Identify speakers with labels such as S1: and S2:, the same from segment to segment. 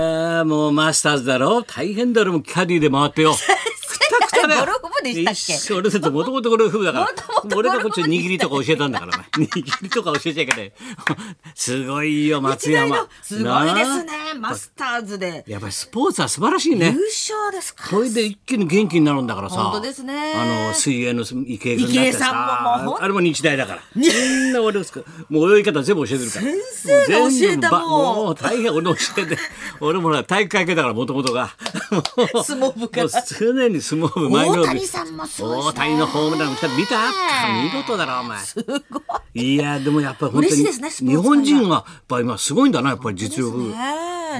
S1: やもうマスターズだろ大変だろもうキャディで回 ってよ。くたくただよ
S2: ゴルフ部でしたっけ
S1: 一緒俺だってもともとゴルフ部 だから
S2: もともとゴ
S1: 俺
S2: ルフ部
S1: がこっちに握りとか教えたんだから お前握りとか教えちゃいけない すごいよ松
S2: 日大
S1: 山
S2: のすごいです
S1: なあ
S2: ねマスターズで
S1: やっぱりスポーツは素晴らしいね
S2: 優勝ですか
S1: これで一気に元気になるんだからさ
S2: 本当ですね
S1: あの水泳の池江君だって
S2: 池江さんももうほん
S1: あれも日大 だからみんな俺ですからもう泳ぎ方全部教えてるから
S2: 先生が教えた
S1: 全部ば
S2: もん
S1: う大変俺の教えて 俺もな体育会系だからもともとがもう
S2: 相撲部から
S1: もう常に相撲部前の
S2: 大谷さんもすごいですね
S1: 大谷のホームラン打ち方見た見事だなお前
S2: すごい
S1: いやでもやっぱり本当
S2: 嬉しい
S1: に
S2: ですねスポーツ界
S1: 日
S2: は
S1: 本人はやっぱ今すごいんだなやっぱり実力
S2: ねえ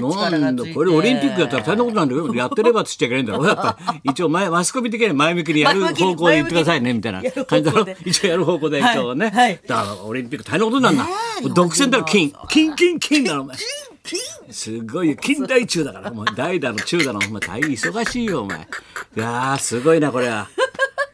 S1: な
S2: 力
S1: ん
S2: が
S1: だ
S2: ついて
S1: これオリンピックやったら大変なことなんだけ どやってればっつっちゃいけないんだろうやっぱ一応前マスコミ的には前向きにやる
S2: 前向きに
S1: 方向で言ってくださいねみたいな感じだろ
S2: やる方向で
S1: 一応やる方向で
S2: はい
S1: 今日はね、
S2: はい
S1: だからオリンピック大変なことなんだ、
S2: ねえ
S1: もう独占だろ金
S2: 日
S1: 金金金だろお前
S2: ピン
S1: すごいよ近代中だからもう代打の中だのお前大変忙しいよお前いやーすごいなこれは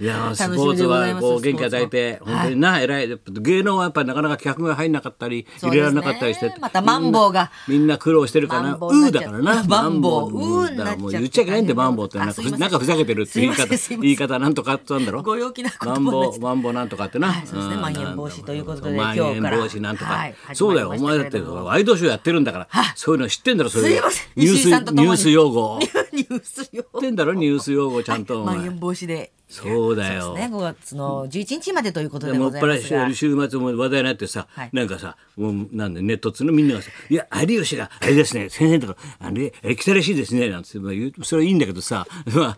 S1: いやース
S2: 楽し
S1: ポー
S2: み
S1: ツ
S2: でござい
S1: は
S2: ます
S1: こう元気与えて
S2: スポーツ
S1: 本当にな偉い芸能はやっぱりなかなか客が入んなかったり入れられなかったりして
S2: そうですねまたマンボウが
S1: みんな苦労してるか
S2: マ
S1: ら
S2: ンボウに
S1: ウ
S2: な
S1: ー
S2: っち
S1: だ
S2: ゃ
S1: か
S2: う
S1: らな
S2: マンボウ
S1: マ
S2: ウーに
S1: だ
S2: なっちゃう
S1: からもう言っちゃいけないんだよマンボウってなん
S2: あ
S1: か
S2: すいません
S1: なんかふざけてるって言い
S2: す
S1: 方
S2: いませんすいません
S1: 言い方なんとかあったんだろ
S2: ご陽気な言
S1: マ
S2: 葉
S1: ンボ
S2: で
S1: ウ
S2: す
S1: マンボウなんとかってな
S2: はいそうですね
S1: ん
S2: まん延防止ということで
S1: まん延
S2: 今日から
S1: 防止なんと
S2: は
S1: か
S2: い
S1: そうだよお
S2: 始ま
S1: 前だ
S2: りま
S1: って
S2: したけれども
S1: ワイドショーやってるんだからそういうの知ってんだろそう
S2: す
S1: い
S2: いうません
S1: ニュー
S2: 石井さん
S1: ス
S2: と共
S1: ニ
S2: に
S1: ュース用語を
S2: ニュニュース用
S1: 知ってんだろニュース用語ちゃんとお
S2: ま
S1: 前
S2: ん延防止で
S1: そうだよ
S2: そうですね5月の11日までということで
S1: でも
S2: ご
S1: っ
S2: ざい
S1: ぱ
S2: ま
S1: ら
S2: すが
S1: 週週末も話題になってさ、
S2: はい
S1: なんかさもうなんでネットっつうのみんながさ「いや有吉があれですね先生とかあれえ来たらしいですね」なんつって、まあ、言うそれはいいんだけどさ、 まあ、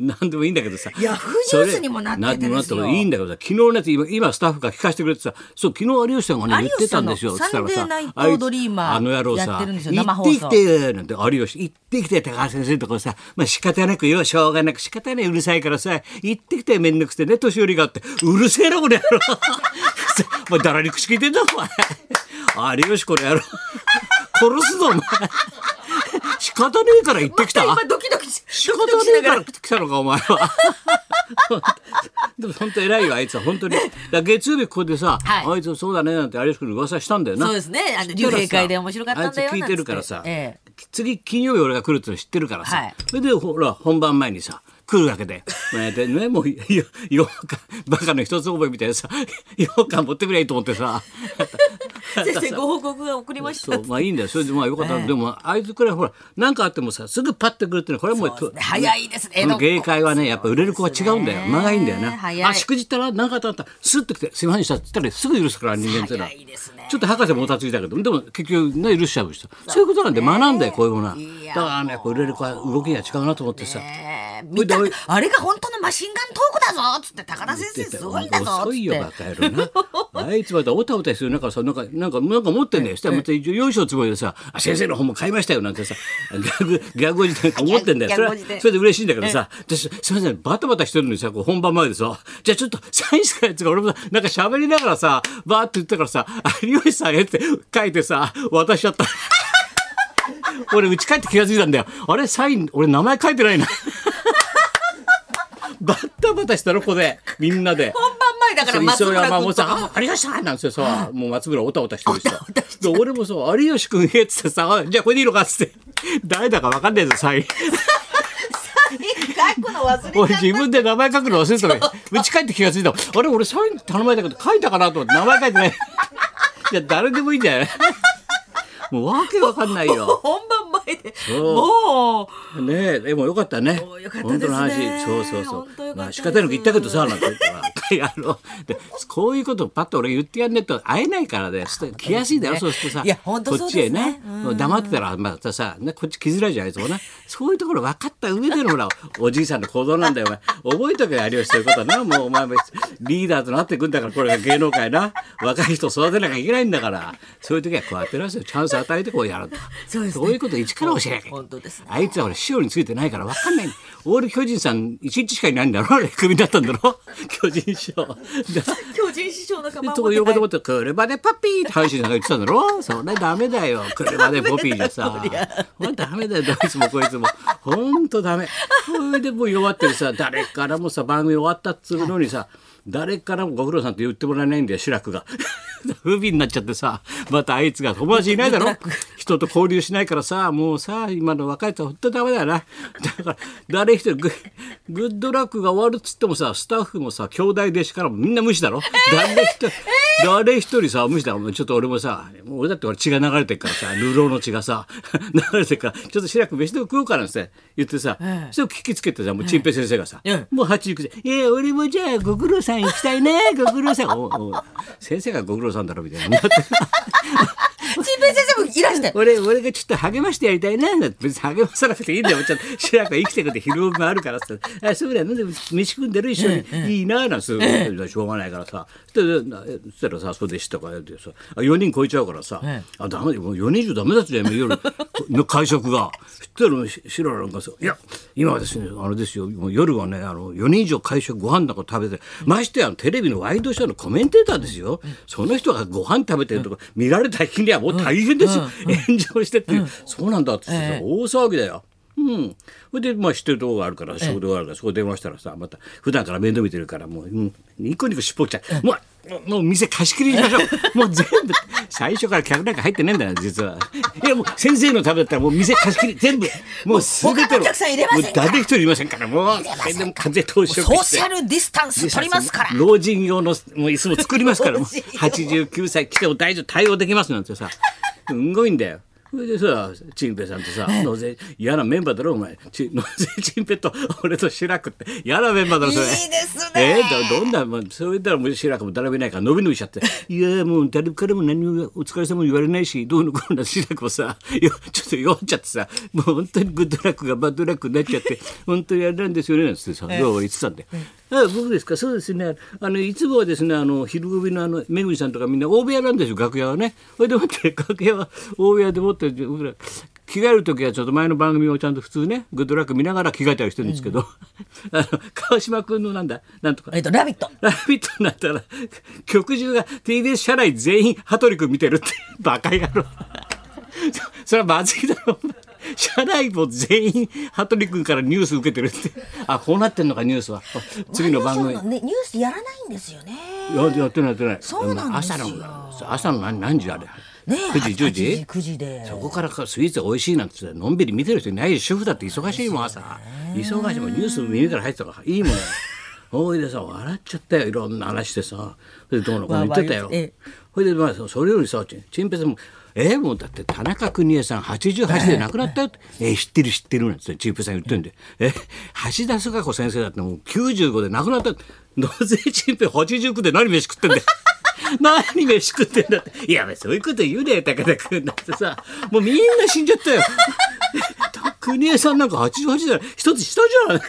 S1: ななんでもいいんだけどさ
S2: ヤフーニュースにもなってて
S1: それな
S2: で
S1: っ
S2: す
S1: て
S2: よ
S1: もいいんだけどさ昨日のやつ今今スタッフが聞かせてくれてさそう昨日有吉さんがね言ってたんですよ
S2: 有吉さんの
S1: つったらさ
S2: サンデーナイトドリーマ
S1: あい
S2: ー
S1: つあの野郎さ
S2: やってるんですよ
S1: 行
S2: 生
S1: っ
S2: 放
S1: て
S2: 送
S1: きてえなんて有吉行ってきて高橋先生とかさ、まあ、仕方なくよしょうがなく仕方ないうるさいからさ行ってきて面倒くせてね年寄りがあってうるせえなこれ野郎 お前誰に口聞いてんだお前有吉これ野郎殺すぞお前仕方ねえから行ってきた、
S2: 今ドキドキし
S1: 仕
S2: ド
S1: 方
S2: キドキ
S1: ね
S2: しな
S1: え
S2: が
S1: からら来たのかお前は。 でも本当偉いよあいつは本当に。だから月曜日ここでさ、
S2: は
S1: あ
S2: い
S1: いつそうだねなんて有吉君に噂したんだよな。
S2: そうですねあ
S1: そ
S2: の
S1: したらさ
S2: 竜兵会で面白かったんだよ
S1: あいつ聞いてるからさ
S2: なんつってえ、
S1: 次金曜日俺が来るっての知ってるから
S2: は
S1: さ
S2: い。
S1: それでほら本番前にさ。来るわけで。ねでね、もう、よ、ようか、バカの一つ覚えみたいなさ、ようかん持ってくれと思ってさ。
S2: 先生ご報告が送りまし
S1: そ
S2: た
S1: うまあいいんだよそれでまあよかった、でもあいつくらいほら何かあってもさすぐパッてくるっていうのはこれはもう
S2: そうですね早いですね
S1: この芸会はねやっぱ売れる子は違うんだ
S2: そう
S1: よ
S2: ですね
S1: 間がいいんだよな
S2: 早い
S1: あしくじったら何かあったらスッと来て「すいませんでした」って言ったらすぐ許すから人間っていうのは
S2: 早いですね
S1: ちょっと博士もたついたけどでも結局ね許しちゃう人そういうことなんで学んだよこういうものはいだ
S2: や
S1: からねやっぱ売れる子は動きが違うなと思ってさ、
S2: えー見た
S1: これで
S2: あれが本当のマシンガントークだぞっつって高田先生すごいんだぞっつ
S1: 遅いよ
S2: っ
S1: バ
S2: て
S1: カ野郎な あいつまたおたおたする中さなんかなんかなんか持ってんねよしたらまた一応よいしょつもりでさ「あ先生の本も買いましたよ」なんてさギャグギャグおじなんか持ってんだよそ
S2: ギ
S1: れ
S2: ャ
S1: は
S2: グおじで
S1: それで嬉しいんだけどさ私すいませんバタバタしてるのにさこう本番前でさ「じゃあちょっとサインしたやつが俺もさなんか喋りながらさバーって言ったからさ「有吉さんへ」って書いてさ渡しちゃった。 俺家帰って気が付いたんだよあれサイン俺名前書いてない なバッタバタしたろここでみんなで
S2: 本番前だから松
S1: 磯
S2: 村
S1: 山
S2: 君
S1: も
S2: とか
S1: さ
S2: も
S1: 「あ有吉さん!」なんですよさもう松村おたおたしてるしさで俺もそう「有吉君へ」っつってさあ「じゃあこれでいいのか」っつって誰だか分かんないぞサイン
S2: 外国の忘れちゃった
S1: 俺自分で名前書くの忘れてた のに家帰って気が付いたもんあれ俺サイン頼まれたけど書いたかなと思って名前書いてない いや誰でもいいんじゃないもうわけわかんないよ
S2: 本番前で
S1: う
S2: もう
S1: ねえでもよかったね
S2: およかったで
S1: 本
S2: す
S1: 当
S2: ね
S1: の話そうそうそう
S2: 本当よかったです
S1: まあ仕方なく言ったけどさ なんて言ったらあのでこういうことをパッと俺言ってやんねえと会えないからねちょっと来やすいんだよ
S2: 本当
S1: そう
S2: ですす
S1: ると
S2: ね
S1: さ
S2: いや本当
S1: こ
S2: そ
S1: っ
S2: う
S1: ち
S2: で
S1: へ
S2: すね
S1: ね黙ってたらまたさねこっち来づらいじゃないですかねそういうところ分かった上でのほらおじいさんの行動なんだよお前覚えとけよ有吉ということはなもうお前もリーダーとなってくんだからこれが芸能界な若い人育てなきゃいけないんだからそういう時はこうやってらっしゃるチャンス与えてこうやると
S2: そうですね
S1: いうことを一から教えなきゃいけない
S2: 本当ですね
S1: あいつは俺師匠についてないから分かんないのオール巨人さん一日しかいないんだろあれクビになったんだろ 巨人師匠で
S2: 巨人師匠の仲間
S1: とこ横でもって「車でパピー」って阪神さんが言ってたんだ ろそれダメだよ車でポピーでさほんとダメだよどいつもこいつもほんとダメそれでもう弱ってるさ誰からもさ番組終わったっつうのにさ誰からもご苦労さんって言ってもらえないんだよ、志らくが。 不憫になっちゃってさ、またあいつが友達いないだろ
S2: 志らく
S1: 人と交流しないからさ、もうさ、今の若いやつはほんとダメだよな。だから、誰一人グ、グッドラックが終わるっつってもさ、スタッフもさ、兄弟弟子からもみんな無視だろ、誰一人、誰一人さ、無視だろちょっと俺もさ、もう俺だって俺血が流れてるからさ、流浪の血がさ、 流れてるから、ちょっと白く飯でも食おうからって言ってさ、
S2: ええ
S1: それを聞きつけてさ、もう陳平先生がさ、
S2: ええ
S1: もう89歳。いや、俺もじゃあ、ご苦労さん行きたいね、ご苦労さん。おうおう先生がご苦労さんだろ、みたいな。
S2: チンペイ先生もいらして。
S1: 俺俺がちょっと励ましてやりたいななんて別に励まさなくていいんだ よちょっと白子は生きてくて疲労もあるからさ「あそうだよなんで飯食んでる一緒に、いいな」 なんてそういうことしょうがないからさそしたらえそしたらさ「そうでしたか」ってさあ4人超えちゃうからさ「
S2: え
S1: あダメだよもう4人以上ダメだったじゃん夜 の会食が」そしたらし白子なんかさ「いや今はですねあれですよもう夜はねあの4人以上会食ご飯なんか食べてましてやテレビのワイドショーのコメンテーターですよ、その人がご飯食べてるとこ見られた日にはもう大変ですよ、炎上してっていう、そうなんだって言ってさ、
S2: ええ
S1: 大騒ぎだよ。うん、それでまあ知ってるとこがあるから仕事があるからそこ電話したらさまた普段から面倒見てるからもう、うん、ニコニコしっぽっちゃう、もうもうもう店貸し切りにしましょ うもう全部最初から客なんか入ってねえんだよ実はいやもう先生のためだったらもう店貸し切り全部もう全て
S2: 他の
S1: の
S2: お客さん入れません
S1: もう誰一人いませんからもう全然風通し
S2: ソ
S1: よく
S2: ー
S1: して
S2: シャルディスタンス取りますから。
S1: 老人用のもう椅子も作りますからもう
S2: 老人用
S1: 89歳来ても大丈夫対応できますなんてさすんごいんだよ。それでさ、チンペイさんとさ、野勢嫌なメンバーだろ、お前。ち野勢チンペイと俺と白くって、嫌なメンバーだろ、それ。
S2: いいですね
S1: えーどどんな、まあ、それ言ったらもう白くも誰もいないから、伸び伸びしちゃって。いや、もう誰からも何もお疲れ様も言われないし、どうのこうの白くもさ、 よちょっと酔っちゃってさ、もう本当にグッドラックがバッドラックになっちゃって、本当にあれなんですよね、なんつってさ、どう言ってたんで。あ僕ですかそうですねあのいつもはですねあの昼組のあのめぐみさんとかみんな大部屋なんですよ楽屋はねそれでもって 楽屋は大部屋でもって僕ら着替える時はちょっと前の番組をちゃんと普通ねグッドラック見ながら着替えたりしてるんですけど、あの川島君のなんだなんとか
S2: えっと、ラビット。
S1: ラビットになったら、曲中が TBS 社内全員、羽鳥君見てるって、バカ野郎。そそれはまずいだろ、お前社内も全員、羽鳥君からニュース受けてるって。あ、こうなってんのか、ニュースは。あ次の番組。
S2: ワイドショーのねニュースやらないんですよね。
S1: ややってないやってない。
S2: そうなんですよ
S1: 朝の、朝の何何時あれ。
S2: ねえ、
S1: 9時、10
S2: 8
S1: 時
S2: 時、9時で。
S1: そこからかスイーツ美味しいなんて言ってのんびり見てる人いないよ主婦だって忙しいもん朝忙しいもんニュース耳から入ってたからいいもんよほいでさ笑っちゃったよいろんな話してさそれでどうのこうの言ってたよ
S2: わあわあ言って
S1: ほいでまあそれよりさちチンペイさんも「えもうだって田中邦衛さん88で亡くなったよ」 って「え知ってる知ってる」なんてチンペイさん言ってんで「え橋田壽賀子先生だってもう95で亡くなったってなぜチンペイ89で何飯食ってんだよ」 何飯食ってんだって。いや、そういうこと言うね、高田君だってさ、もうみんな死んじゃったよ。国枝さんなんか88だよ一つ下じゃない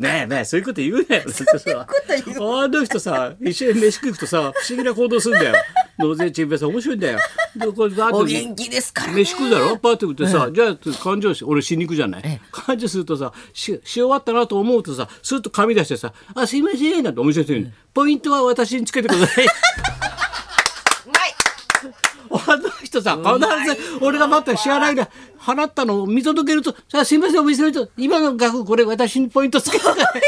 S1: ねえねえそういうこと言うなよそういうこと言うあの人さ一緒に飯食うとさ不思議な行動するんだよ納税チンペイさん面白いんだよでこれガーッと
S2: お元気ですからね。
S1: 飯食うだろパーティーってさ、じゃあ勘定し俺死肉じゃない勘定するとさしし終わったなと思うとさスッと紙出してさ「あすいません」なんて面白い人に、ポイントは私につけてください」
S2: うまい。
S1: あの人さ、必ず俺が待った支払いで払ったのを見届けると、さあすいません、お店の人、今の額、これ私にポイントつけてください。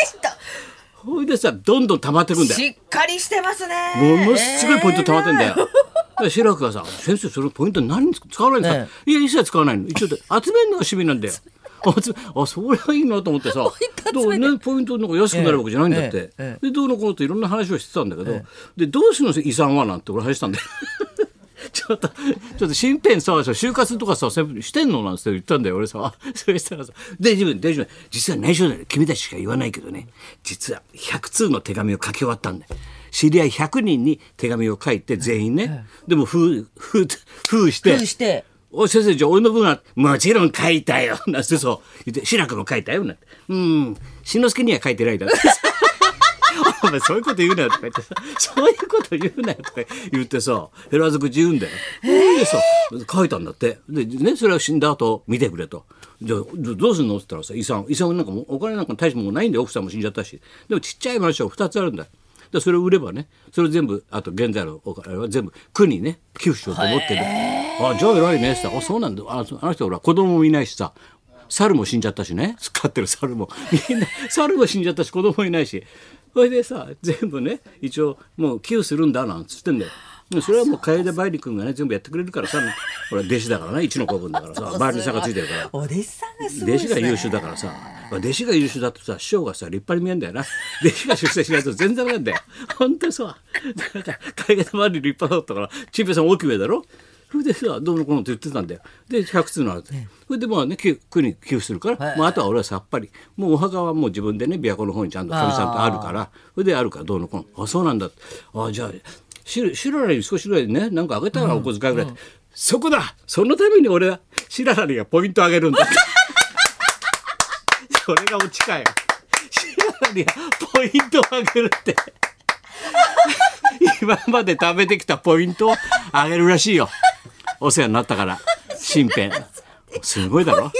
S1: ほいでさ、どんどん溜まってくんだよ。
S2: しっかりしてますね。
S1: ものすごいポイント溜まってんだよ。で白くがさ、先生、そのポイント何に使わないんですか、
S2: え
S1: いや、一切使わないの。一応、集めるのが趣味なん だよ。集めあそれはいいなと思ってさ
S2: ポイント集めて
S1: どうねポイントの方が安くなるわけじゃないんだって、
S2: えええ
S1: でどうのこうのといろんな話をしてたんだけど、でどうするの遺産はなんて俺話したんだよ ちょっとちょっと身辺さ就活とかさ全部してんのなんて言ったんだよ俺さ それしたらさ「で自分で自分実は内緒だよ君たちしか言わないけどね実は100通の手紙を書き終わったんだよ知り合い100人に手紙を書いて全員ね、でも封封封して
S2: ふうして。
S1: おい先生じゃあ俺の分はもちろん書いたよなんてそう言って志らくも書いたよなんてうん志の輔には書いてないだろお前そういうこと言うなよとか言ってさそういうこと言うなよとか言ってさ減らず口言うんだよ。でさ書いたんだってで、ね、それは死んだ後見てくれと。じゃあどどうすんのって言ったらさ遺産遺産なんかもうお金なんか大したもんないんだよ奥さんも死んじゃったしでもちっちゃいマンション2つあるんだよ。でそれを売ればねそれ全部あと現在のお金は全部区にね寄付しようと思ってる、あじゃあ偉いねってさあそうなんだあそあの人ほら子供もいないしさ猿も死んじゃったしね飼ってる猿もみんな猿も死んじゃったし子供もいないしそれでさ全部ね一応もう寄付するんだなんつってんだよ。でそれはもう楓梅里君がね全部やってくれるからさ俺は弟子だからね一の子分だからさバイオリンさんがついてるから
S2: お弟子さんがすごい
S1: 弟子
S2: ですね
S1: が優秀だからさ弟子が優秀だとさ師匠がさ立派に見えんだよな 弟子が出世しないと全然ダメなんだよ本当にさだから海外まで立派だったからチンペイさん大きい上だろそれでさどうのこうのって言ってたんだよで100通なってそれでまあねきゅ国に寄付するから、まあ、あとは俺はさっぱりもうお墓はもう自分でね琵琶湖の方にちゃんとかみさんとあるからそれであるからどうのこうのあそうなんだあじゃあシシララに少しぐらいねなんかあげたらお小遣いぐらい、そこだそのために俺はシララにがポイントあげるんだそれがオチかよ。シララにはポイントをあげるって。今まで食べてきたポイントをあげるらしいよ。お世話になったから、身辺。すごいだろ
S2: ヒント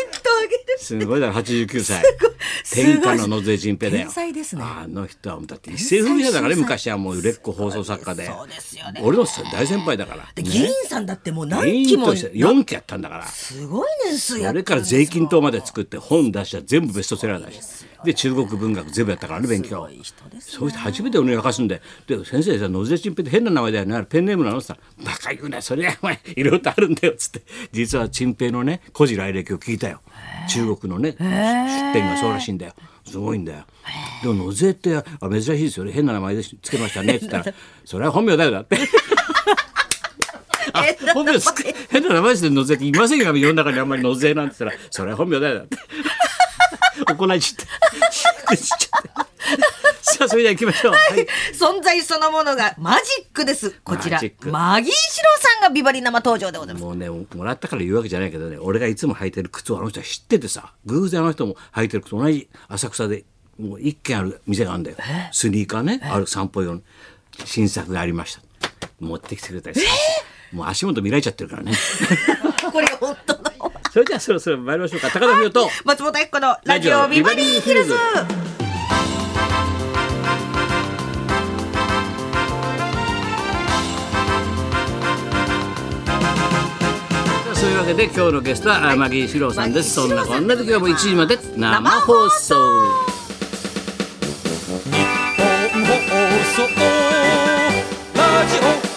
S2: あげる
S1: すごいだろ、89歳。
S2: すごい
S1: 天下の野添陣平だよ。
S2: 天才ですね
S1: あの人はもうだって一世風靡者だからね、
S2: 天才
S1: 昔はもう売れっ子放送作家で。
S2: そうですよね
S1: 俺の大先輩だから。
S2: で
S1: ね
S2: 議員さんだってもう何
S1: 議
S2: 期
S1: 員
S2: も
S1: として4期やったんだから。
S2: すごい年数や
S1: そ
S2: って
S1: れから税金党まで作って本出した全部ベストセラーだしで中国文学全部やったからね勉強
S2: 人です
S1: そうして初めて俺を明かすんで「で先生さ野瀬チンペイって変な名前だよねあれペンネームなの?」って言ったら「バカ言うなそれはお前いろいろとあるんだよ」っつって実はチンペイのね古事来歴を聞いたよ中国のね出店がそうらしいんだよすごいんだよ。でも野瀬ってあ珍しいですよね変な名前でつけましたねって言った ら「それは本名だよ」だって。あ 本名です変な名前ですね野瀬っていませんよ世の中にあんまり野瀬なんて言ったら「それは本名だよ」だって。行いちって。 食い散っちゃってさあそれでは行きましょう。はい
S2: 存在そのものがマジックですこちら
S1: マジック
S2: マギーシロさんがビバリー生登場でございます
S1: もうねもらったから言うわけじゃないけどね俺がいつも履いてる靴をあの人は知っててさ偶然あの人も履いてる靴同じ浅草でもう一軒ある店があるんだよスニーカーねある散歩用の新作がありました持ってきてくれたりさもう足元見られちゃってるからね
S2: これ本当の
S1: それではそろそろ参りましょうか高田文夫と
S2: 松本明子のラジオビバリーヒルズ
S1: そういうわけで今日のゲストは天城四郎さんです、
S2: はい
S1: そんなこんなで今日も1時まで生
S2: 生
S1: 放
S2: 放
S1: 送
S3: 日本放送ラジオ